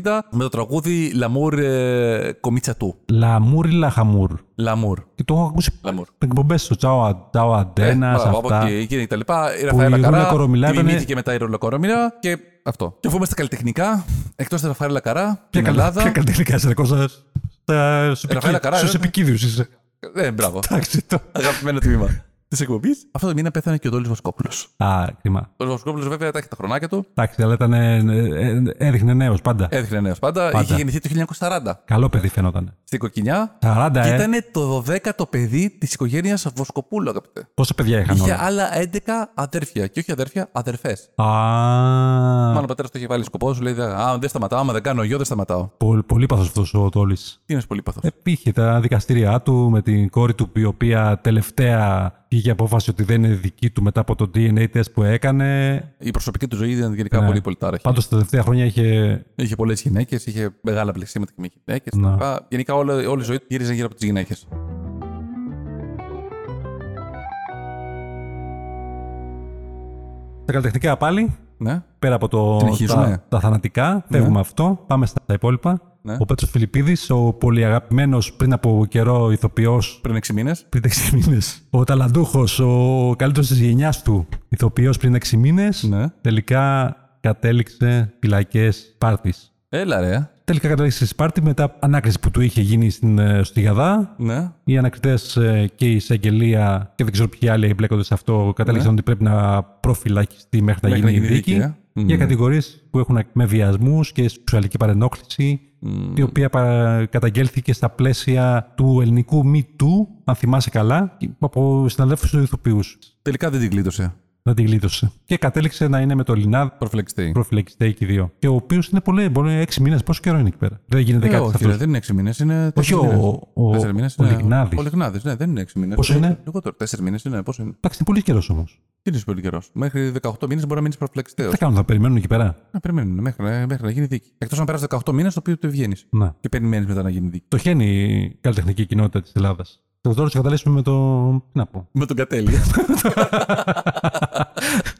Speaker 1: 1970 με το τραγούδι Λαμούρ ε, Κομίτσα του.
Speaker 2: Λαμούρι λαχαμούρ.
Speaker 1: Λαμούρ.
Speaker 2: Και το έχω ακούσει
Speaker 1: Λαμούρ. Ε,
Speaker 2: εκπομπές στο Τσάο Τσάο Αντένα, σε
Speaker 1: μπράβο,
Speaker 2: αυτά.
Speaker 1: Από εκεί, εκεί τα λοιπά. Η Ραφαέλα
Speaker 2: η
Speaker 1: Καρά.
Speaker 2: Ρολακορομιλά
Speaker 1: Τη
Speaker 2: ήταν-
Speaker 1: μιμήθηκε μετά η Ρολακορομιλά και αυτό. Και αφού είμαστε καλλιτεχνικά, εκτός της Ραφαέλα Καρά,
Speaker 2: Ποια
Speaker 1: την
Speaker 2: καλά,
Speaker 1: Ελλάδα.
Speaker 2: ποια καλλιτεχνικά σε κόστα. ε,
Speaker 1: Ραφαέλα Καρά,
Speaker 2: Στους
Speaker 1: ρε.
Speaker 2: επικίδιου είσαι.
Speaker 1: Ε, μπράβο.
Speaker 2: Εντάξει, το.
Speaker 1: Αγαπημένο τμήμα της εκπομπής. Αυτό το μήνα πέθανε και ο Ντόλη Βασκόπουλο.
Speaker 2: Α, κρίμα.
Speaker 1: Ο Ντόλη Βασκόπουλο, βέβαια, τα έχει τα χρονάκια του.
Speaker 2: Εντάξει, αλλά ήταν. ε, ε, Έδειχνε νέος πάντα.
Speaker 1: Έδειχνε νέος πάντα.
Speaker 2: Πάντα.
Speaker 1: Είχε γεννηθεί το 1940
Speaker 2: Καλό παιδί φαινόταν.
Speaker 1: στην Κοκκινιά.
Speaker 2: 40,
Speaker 1: Και
Speaker 2: ε.
Speaker 1: ήταν το 12ο παιδί της οικογένειας Βοσκοπούλου, αγαπητέ.
Speaker 2: Πόσα παιδιά είχαν
Speaker 1: Είχε
Speaker 2: όλα.
Speaker 1: άλλα 11 αδέρφια. Και όχι αδέρφια, αδερφές.
Speaker 2: Α,
Speaker 1: Μάλλον ο πατέρας το είχε βάλει σκοπό, σου λέει: Α, δεν σταματάω. Άμα δεν κάνω γιο, δεν σταματάω.
Speaker 2: Πολύ, πολύ πάθος αυτός ο Τόλης.
Speaker 1: Τι είναι πολύ παθός.
Speaker 2: Επίχε τα δικαστήριά του με την κόρη του, η οποία τελευταία πήγε απόφαση ότι δεν είναι δική του μετά από το DNA test που έκανε.
Speaker 1: Η προσωπική του ζωή ήταν γενικά
Speaker 2: Ναι.
Speaker 1: πολύ πολύ τάραχη.
Speaker 2: Πάντως τα τελευταία χρόνια είχε...
Speaker 1: Είχε πολλές γυναίκες, είχε μεγάλα πλεξίματα και με γυναίκες.
Speaker 2: Ναι.
Speaker 1: Γενικά όλη, όλη η ζωή του γύριζε γύρω από τις γυναίκες.
Speaker 2: Τα καλλιτεχνικά πάλι,
Speaker 1: Ναι.
Speaker 2: πέρα από το,
Speaker 1: Συνεχίζουμε.
Speaker 2: τα, τα θανατικά, φεύγουμε αυτό, πάμε στα υπόλοιπα.
Speaker 1: Ναι.
Speaker 2: Ο Πέτρος Φιλιππίδης, ο πολύ αγαπημένος πριν από καιρό ηθοποιός
Speaker 1: Πριν 6 μήνες.
Speaker 2: πριν 6 μήνες. Ο ταλαντούχος, ο καλύτερος της γενιάς του, ηθοποιός πριν 6 μήνες,
Speaker 1: Ναι.
Speaker 2: τελικά κατέληξε φυλακές πάρτις.
Speaker 1: Έλα ρε.
Speaker 2: Τελικά κατέληξε στις πάρτι μετά ανάκριση που του είχε γίνει στην, ε, στη Γαδά.
Speaker 1: Ναι.
Speaker 2: Οι ανακριτές και η εισαγγελία και δεν ξέρω ποιοι άλλοι εμπλέκονται σε αυτό κατέληξαν ότι πρέπει να προφυλακιστεί μέχρι να
Speaker 1: Ναι. Μέχρι
Speaker 2: γίνει η
Speaker 1: να γίνει
Speaker 2: δίκη.
Speaker 1: δίκη, ε.
Speaker 2: Για κατηγορίες που έχουν να- με βιασμούς και σεξουαλική παρενόχληση, η οποία πα- καταγγέλθηκε στα πλαίσια του ελληνικού Me Too, αν θυμάσαι καλά, από συναδέλφους του ηθοποιούς.
Speaker 1: Τελικά δεν την κλείτωσε.
Speaker 2: Να την γλίτωσε. Και κατέληξε να είναι με το Λινάδ
Speaker 1: Προφυλακιστή.
Speaker 2: προφυλακιστέ και οι δύο. Και ο οποίος είναι πολύ, μπορεί να είναι έξι μήνες. Πόσο καιρό είναι εκεί πέρα. Δεν γίνεται
Speaker 1: Ε,
Speaker 2: κάτι σε
Speaker 1: όχι,
Speaker 2: αυτό.
Speaker 1: ρε, δεν είναι 6 μήνες. Είναι
Speaker 2: Όχι, ο, ο, ο,
Speaker 1: μήνες,
Speaker 2: ο
Speaker 1: ναι.
Speaker 2: Λιγνάδης.
Speaker 1: Ο Λιγνάδης, ναι, δεν είναι 6 μήνες.
Speaker 2: Πόσο είναι?
Speaker 1: Λιγότερο. 4 μήνες είναι. Πόσο είναι.
Speaker 2: Εντάξει, είναι πολύ καιρός όμως.
Speaker 1: Τι είναι πολύ καιρός. Μέχρι 18 μήνες μπορεί να μείνεις προφυλακιστέο.
Speaker 2: Τι θα κάνουν, θα περιμένουν εκεί πέρα.
Speaker 1: Να περιμένουν μέχρι, να- μέχρι να γίνει δίκη. Εκτός αν πέρασε 18 μήνε, το οποίο το βγαίνεις.
Speaker 2: Να.
Speaker 1: Και περιμένεις μετά να γίνει δίκη.
Speaker 2: Ναι. Το χαίνει η καλλιτεχνική κοινότητα της Ελλάδας. Και τώρα συγκαταλέσουμε με το. Τι να πω.
Speaker 1: Με τον κατέλη.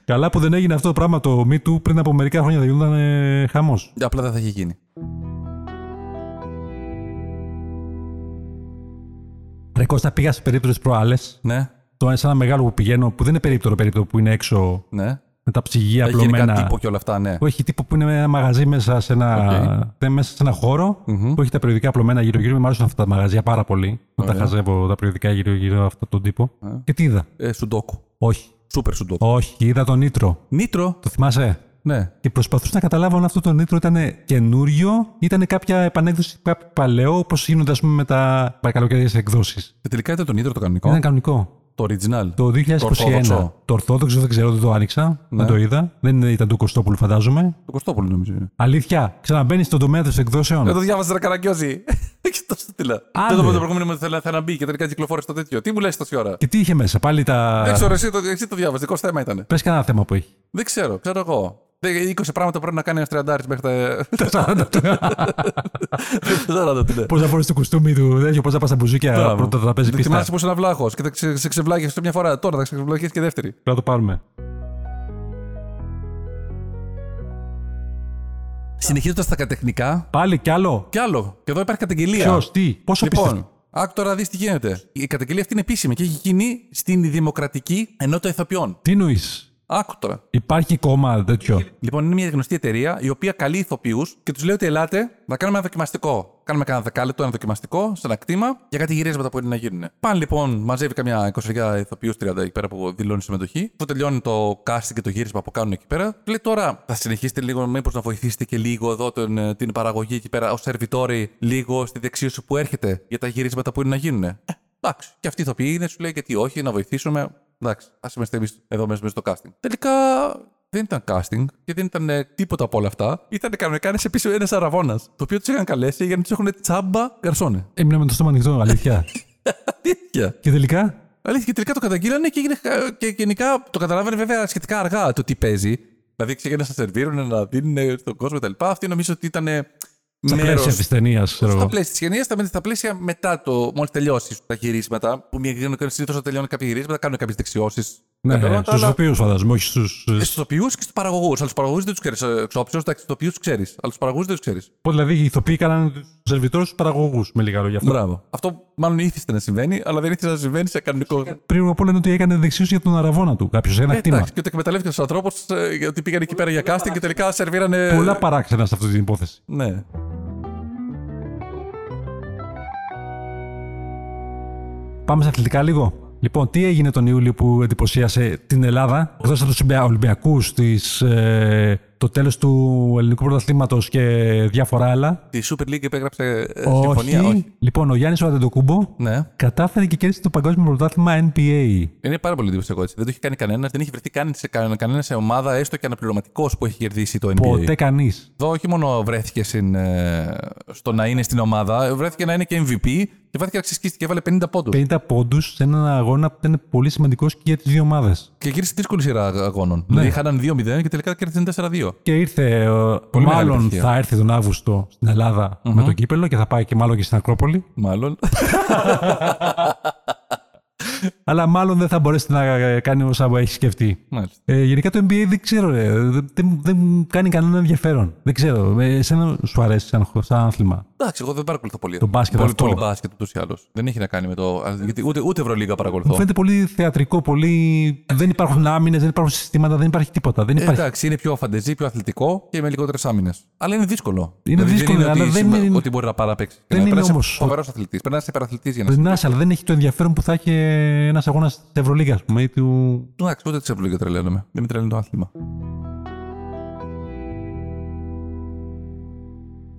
Speaker 2: Καλά που δεν έγινε αυτό το πράγμα το Me Too πριν από μερικά χρόνια. Δεν γινόταν ε, χαμό.
Speaker 1: Απλά δεν θα έχει γίνει.
Speaker 2: Ρε Κώστα, πήγα σε περίπτωση προάλλες.
Speaker 1: Ναι,
Speaker 2: Το σε ένα μεγάλο που πηγαίνω, που δεν είναι περίπτερο περίπτερο που είναι έξω
Speaker 1: ναι.
Speaker 2: με τα ψυγεία
Speaker 1: Έχει γενικά
Speaker 2: απλωμένα.
Speaker 1: τύπο και όλα αυτά, ναι.
Speaker 2: που έχει τύπο που είναι ένα μαγαζί μέσα σε ένα, τε- μέσα σε ένα χωρο που έχει τα περιοδικά απλωμένα γύρω-γύρω. Μου αρέσουν αυτά τα μαγαζιά πάρα πολύ. Όταν τα χαζεύω τα περιοδικά γύρω-γύρω αυτόν τον τύπο. Και τι είδα.
Speaker 1: Ε, σουντόκου.
Speaker 2: Όχι.
Speaker 1: Σούπερ σουντόκου.
Speaker 2: Όχι, είδα τον Νίτρο.
Speaker 1: Νίτρο.
Speaker 2: Το θυμάσαι.
Speaker 1: Ναι.
Speaker 2: Και προσπαθούσα να καταλάβω αν αυτό το Νίτρο ήταν καινούριο, ήταν κάποια επανέκδοση, κάποιο παλαιό, όπως γίνονται ας πούμε, με τα καλοκαιρινέ εκδόσει.
Speaker 1: Και τελικά ήταν το νίτρο το κανονικό.
Speaker 2: Ήταν κανονικό.
Speaker 1: Το original.
Speaker 2: Το 2021. Το
Speaker 1: ορθόδοξο. Ναι.
Speaker 2: ορθόδοξο, δεν ξέρω, δεν το άνοιξα. Δεν το είδα. Δεν ήταν του Κωστόπουλου, φαντάζομαι.
Speaker 1: Το Κωστόπουλο νομίζω. είναι.
Speaker 2: Αλήθεια, ξαναμπαίνεις στον τομέα των εκδόσεων.
Speaker 1: Δεν το διάβασε ρε Καραγκιόζη. Ναι. Και το στείλα.
Speaker 2: Άντε.
Speaker 1: Δεν το είπα το προηγούμενο μου θέλω να μπει και τελικά κυκλοφόρησε το τέτοιο. Τι μου λες τόση ώρα.
Speaker 2: Και τι είχε μέσα, πάλι τα.
Speaker 1: Δεν ξέρω, εσύ το, εσύ το διάβασε. Δικό σου θέμα ήταν.
Speaker 2: Πες κανένα θέμα που έχει.
Speaker 1: Δεν ξέρω, ξέρω εγώ. Δε- 20 πράγματα πρέπει να κάνει ένας 30 μέχρι τα. Τα 40 του, ναι.
Speaker 2: Πώς να φορέσει το κουστούμι του, τέτοιο, πώς να πας στα μπουζούκια
Speaker 1: Μπράβο.
Speaker 2: πρώτα θα παίζεις
Speaker 1: Δεν
Speaker 2: πίστα.
Speaker 1: Θυμάσαι που ήσουν βλάχος και θα ξε- σε ξεβλάγει μια φορά. Τώρα θα ξεβλάγει και δεύτερη.
Speaker 2: Να το πάρουμε.
Speaker 1: Συνεχίζοντας τα κατεχνικά.
Speaker 2: Πάλι κι άλλο.
Speaker 1: Κι άλλο. Και εδώ υπάρχει καταγγελία.
Speaker 2: Ποιος, τι, πόσο πίστευε.
Speaker 1: Λοιπόν, άκου τώρα δεις τι γίνεται. Η καταγγελία αυτή είναι επίσημη και έχει γίνει στην Δημοκρατική Ενότητα Ηθοποιών.
Speaker 2: Τι νοεί.
Speaker 1: Άκου τώρα.
Speaker 2: Υπάρχει κόμμα τέτοιο.
Speaker 1: Λοιπόν, είναι μια γνωστή εταιρεία η οποία καλεί ηθοποιούς και τους λέει ότι ελάτε να κάνουμε ένα δοκιμαστικό. Κάνουμε κανένα δεκάλεπτο, ένα δοκιμαστικό, στο ένα κτήμα για κάτι γυρίσματα που είναι να γίνουν. Πάνε λοιπόν, μαζεύει καμιά 20 ηθοποιού, 30 εκεί πέρα που δηλώνει συμμετοχή. Που τελειώνει το casting και το γύρισμα που κάνουν εκεί πέρα. Του λέει τώρα θα συνεχίσετε λίγο, μήπως να βοηθήσετε και λίγο εδώ τον, ε, την παραγωγή εκεί πέρα ως σερβιτόρι, λίγο στη δεξίωση που έρχεται για τα γυρίσματα που είναι να γίνουν. Ε, εντάξει. Και αυτή η ηθοποιή είναι, σου λέει γιατί όχι, να βοηθήσουμε. Εντάξει, ας είμαστε εμείς εδώ μέσα στο casting. Τελικά δεν ήταν casting και δεν ήταν ε, τίποτα από όλα αυτά. Ήταν κανονικά ένας επίσημο ένα αραβόνα, το οποίο τους είχαν καλέσει για να τους έχουν τσάμπα γκαρσόνε.
Speaker 2: Έμεινα με το στόμα ανοιχτό, αλήθεια.
Speaker 1: Αλήθεια.
Speaker 2: και τελικά.
Speaker 1: Αλήθεια, και τελικά το καταγγείλανε και, έγινε, και γενικά το καταλάβαινε βέβαια σχετικά αργά το τι παίζει. Δηλαδή ξεκίνησαν να σερβίρουν, να δίνουν στον κόσμο κτλ. Αυτή νομίζω ότι ήταν.
Speaker 2: Στα πλαίσια της ταινίας, ξέρω
Speaker 1: Στα
Speaker 2: εγώ.
Speaker 1: πλαίσια της γενία, στα, στα πλαίσια μετά το. Μόλις τελειώσεις τα γυρίσματα, που μια γυρίζουν συνήθως όταν τελειώνουν κάποια γυρίσματα, κάνουν κάποιες δεξιώσεις.
Speaker 2: Ναι, στου οποίους φαντάζομαι, όχι ε, στους.
Speaker 1: Στου ηθοποιούς και στους παραγωγούς. Αλλά του παραγωγούς δεν τους ξέρεις. Εξόψεω, εντάξει, του ηθοποιούς τους ξέρεις. Αλλά του παραγωγούς δεν τους ξέρεις.
Speaker 2: Πώς δηλαδή οι ηθοποιοί κάνανε τους σερβιτόρους του παραγωγούς, με λίγα λόγια. Αυτό.
Speaker 1: Μπράβο. Αυτό μάλλον ήθιστε να συμβαίνει, αλλά δεν ήθελε να συμβαίνει σε κανονικό.
Speaker 2: Πριν από όλα είναι ότι έκανε δεξίωση για τον αραβόνα του κάποιος, ένα
Speaker 1: Ε,
Speaker 2: κτήμα.
Speaker 1: Εντάξει, και ότι εκμεταλλεύτηκε τους ανθρώπους ε, γιατί πήγαν εκεί πέρα για casting και τελικά σερβίρανε.
Speaker 2: Πολλά παράξενα σε αυτή την υπόθεση.
Speaker 1: Ναι.
Speaker 2: Πάμε στα αθλητικά λίγο. Λοιπόν, τι έγινε τον Ιούλιο που εντυπωσίασε την Ελλάδα, εκτό από τους Ολυμπιακούς, ε, το τέλος του ελληνικού πρωταθλήματος και διάφορα άλλα.
Speaker 1: Τη Super League υπέγραψε ε, συμφωνία, όχι.
Speaker 2: Λοιπόν, ο Γιάννης ο Αντετοκούμπο
Speaker 1: Ναι.
Speaker 2: κατάφερε και κέρδισε το Παγκόσμιο Πρωτάθλημα NBA.
Speaker 1: Είναι πάρα πολύ εντυπωσιακό έτσι. Δεν το έχει κάνει κανένας, δεν έχει βρεθεί καν σε κανένα, κανένας σε ομάδα, έστω και αναπληρωματικός που έχει κερδίσει το NBA.
Speaker 2: Ποτέ κανείς.
Speaker 1: Εδώ όχι μόνο βρέθηκε συν, ε, στο να είναι στην ομάδα, ε, βρέθηκε να είναι και MVP και βάθηκε να ξεσκίσει και έβαλε 50 πόντου.
Speaker 2: 50 πόντους σε έναν αγώνα που ήταν πολύ σημαντικός και για τις δύο ομάδες.
Speaker 1: Και γύρισε δύσκολη σειρά αγώνων.
Speaker 2: Ναι.
Speaker 1: Δηλαδή είχαν 2-0 και τελικά κέρδισαν 4-2.
Speaker 2: Και ήρθε, ε,
Speaker 1: Πολύ μεγάλη
Speaker 2: μάλλον
Speaker 1: επιτυχία.
Speaker 2: θα έρθει τον Αύγουστο στην ελλαδα με το κύπελο και θα πάει και μάλλον και στην Ακρόπολη.
Speaker 1: Μάλλον.
Speaker 2: Αλλά μάλλον δεν θα μπορέσει να ε, κάνει όσα έχει σκεφτεί.
Speaker 1: Μάλιστα.
Speaker 2: Ε, γενικά το NBA δεν ξέρω, ρε. Δεν, δεν, δεν κάνει κανένα ενδιαφέρον. Δεν ξέρω. Ε, Εσένα σου αρέσει σαν, σαν άθλημα.
Speaker 1: Εντάξει, εγώ δεν παρακολουθώ πολύ.
Speaker 2: Το μπάσκετ
Speaker 1: πολύ,
Speaker 2: αυτό.
Speaker 1: Πολύ μπάσκετ ούτως ή άλλως. Δεν έχει να κάνει με το. ας, Γιατί ούτε, ούτε Ευρωλίγα
Speaker 2: Μου
Speaker 1: παρακολουθώ.
Speaker 2: φαίνεται πολύ θεατρικό, πολύ. Δεν υπάρχουν άμυνες, δεν υπάρχουν συστήματα, δεν υπάρχει τίποτα. Δεν
Speaker 1: Ε,
Speaker 2: υπάρχει.
Speaker 1: Εντάξει, είναι πιο φαντεζή, πιο αθλητικό και με λιγότερες άμυνες. Αλλά είναι δύσκολο. Δηλαδή,
Speaker 2: Είναι δύσκολο,
Speaker 1: δεν είναι
Speaker 2: αλλά
Speaker 1: ότι,
Speaker 2: δεν
Speaker 1: σημα-
Speaker 2: είναι-
Speaker 1: ότι μπορεί να παραπέξει.
Speaker 2: δεν είναι όμως-
Speaker 1: Φοβερός αθλητή. Πρέπει να είσαι υπεραθλητής για να
Speaker 2: Δεν είναι αλλά δεν έχει το ενδιαφέρον που θα έχει ένας αγώνας της Ευρωλίγας, ας πούμε, ή του.
Speaker 1: Εντάξει, ούτε τι Ευρωλίγα τρελαίνομαι. Δεν με τρελαίνει το άθλημα.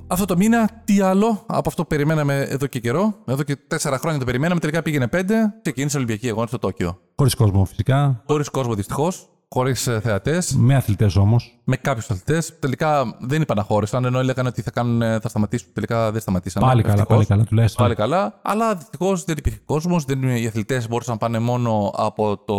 Speaker 1: Αυτό το μήνα, τι άλλο από αυτό που περιμέναμε εδώ και καιρό. Εδώ και τέσσερα χρόνια το περιμέναμε, τελικά πήγαινε πέντε. Ξεκίνησε η Ολυμπιακή Αγώνα στο Τόκιο.
Speaker 2: Χωρίς κόσμο φυσικά.
Speaker 1: Χωρίς κόσμο δυστυχώς, χωρίς θεατές,
Speaker 2: Με αθλητές όμως.
Speaker 1: με κάποιους αθλητές. Τελικά δεν υπαναχώρησαν, ενώ έλεγαν ότι θα, κάνουν, ε, θα σταματήσουν. Τελικά δεν σταματήσαν.
Speaker 2: Πάλι καλά,
Speaker 1: ευτυχώς.
Speaker 2: πάλι καλά τουλάχιστον.
Speaker 1: Πάλι καλά. Αλλά δυστυχώς δεν υπήρχε κόσμος. Οι αθλητές μπορούσαν να πάνε μόνο από το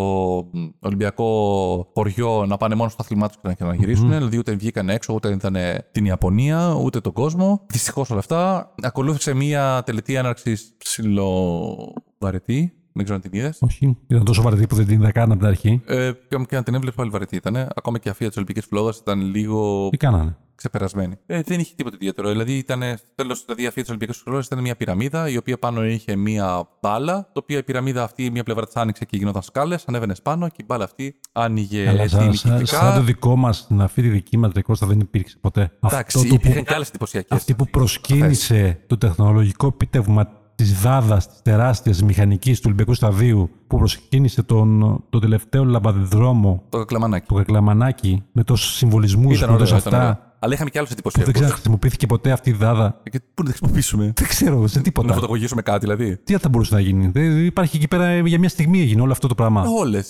Speaker 1: μ, Ολυμπιακό χωριό να πάνε μόνο στο αθλημά τους και να γυρισουν Δηλαδή ούτε βγήκαν έξω, ούτε ήταν ε, την Ιαπωνία, ούτε τον κόσμο. Δυστυχώς όλα αυτά. Ακολούθησε μία τελετή έναρξη ψηλοβαρετή. Δεν ξέρω αν την είδες.
Speaker 2: Όχι. Ήταν τόσο βαρετή που δεν την είδα καν από την αρχή.
Speaker 1: Ε, και και να την έβλεπα πάλι βαρετή ήταν. Ακόμα και η αφία της Ολυμπιακή Φλόγας ήταν λίγο
Speaker 2: Τι κάνανε.
Speaker 1: ξεπερασμένη. Ε, δεν είχε τίποτα ιδιαίτερο. Δηλαδή, ήταν τέλος, δηλαδή, η αφία της Ολυμπιακή Φλόγας ήταν μια πυραμίδα, η οποία πάνω είχε μια μπάλα, το οποία η πυραμίδα αυτή, μια πλευρά της άνοιξε και γινόταν σκάλες, ανέβαινες πάνω και η μπάλα αυτή άνοιγε
Speaker 2: Αλλά σαν, σαν, σαν το
Speaker 1: Ε, νικητικά.
Speaker 2: δικό μας, να φύγει δική μας ρεκόρστα δεν υπήρξε ποτέ.
Speaker 1: Εντάξει,
Speaker 2: Αυτό το που
Speaker 1: υπήρχαν και άλλες εντυπωσιακές.
Speaker 2: Αυτή που προσκύνησε το τεχνολογικό επίτευγμα τη δάδα της τεράστιας μηχανικής του Ολυμπιακού Σταδίου, που προσκύνησε τον, τον τελευταίο λαμπαδρόμο,
Speaker 1: Το κλαμανάκι.
Speaker 2: το Κακλαμανάκι, με τόσους συμβολισμούς
Speaker 1: Ήταν
Speaker 2: με
Speaker 1: ωραίο,
Speaker 2: τόσα
Speaker 1: ήταν ωραίο.
Speaker 2: αυτά.
Speaker 1: Αλλά είχαμε και άλλους
Speaker 2: που Δεν
Speaker 1: εντυπωσιακού.
Speaker 2: ξέρω αν χρησιμοποιήθηκε ποτέ αυτή η δάδα.
Speaker 1: Και πού να τη χρησιμοποιήσουμε.
Speaker 2: Δεν ξέρω σε
Speaker 1: Να
Speaker 2: τίποτα.
Speaker 1: φωτογωγήσουμε κάτι, δηλαδή.
Speaker 2: Ε, Τι θα μπορούσε να γίνει. Δεν- Υπάρχει εκεί πέρα για μια στιγμή έγινε όλο αυτό το πράγμα.
Speaker 1: Όλες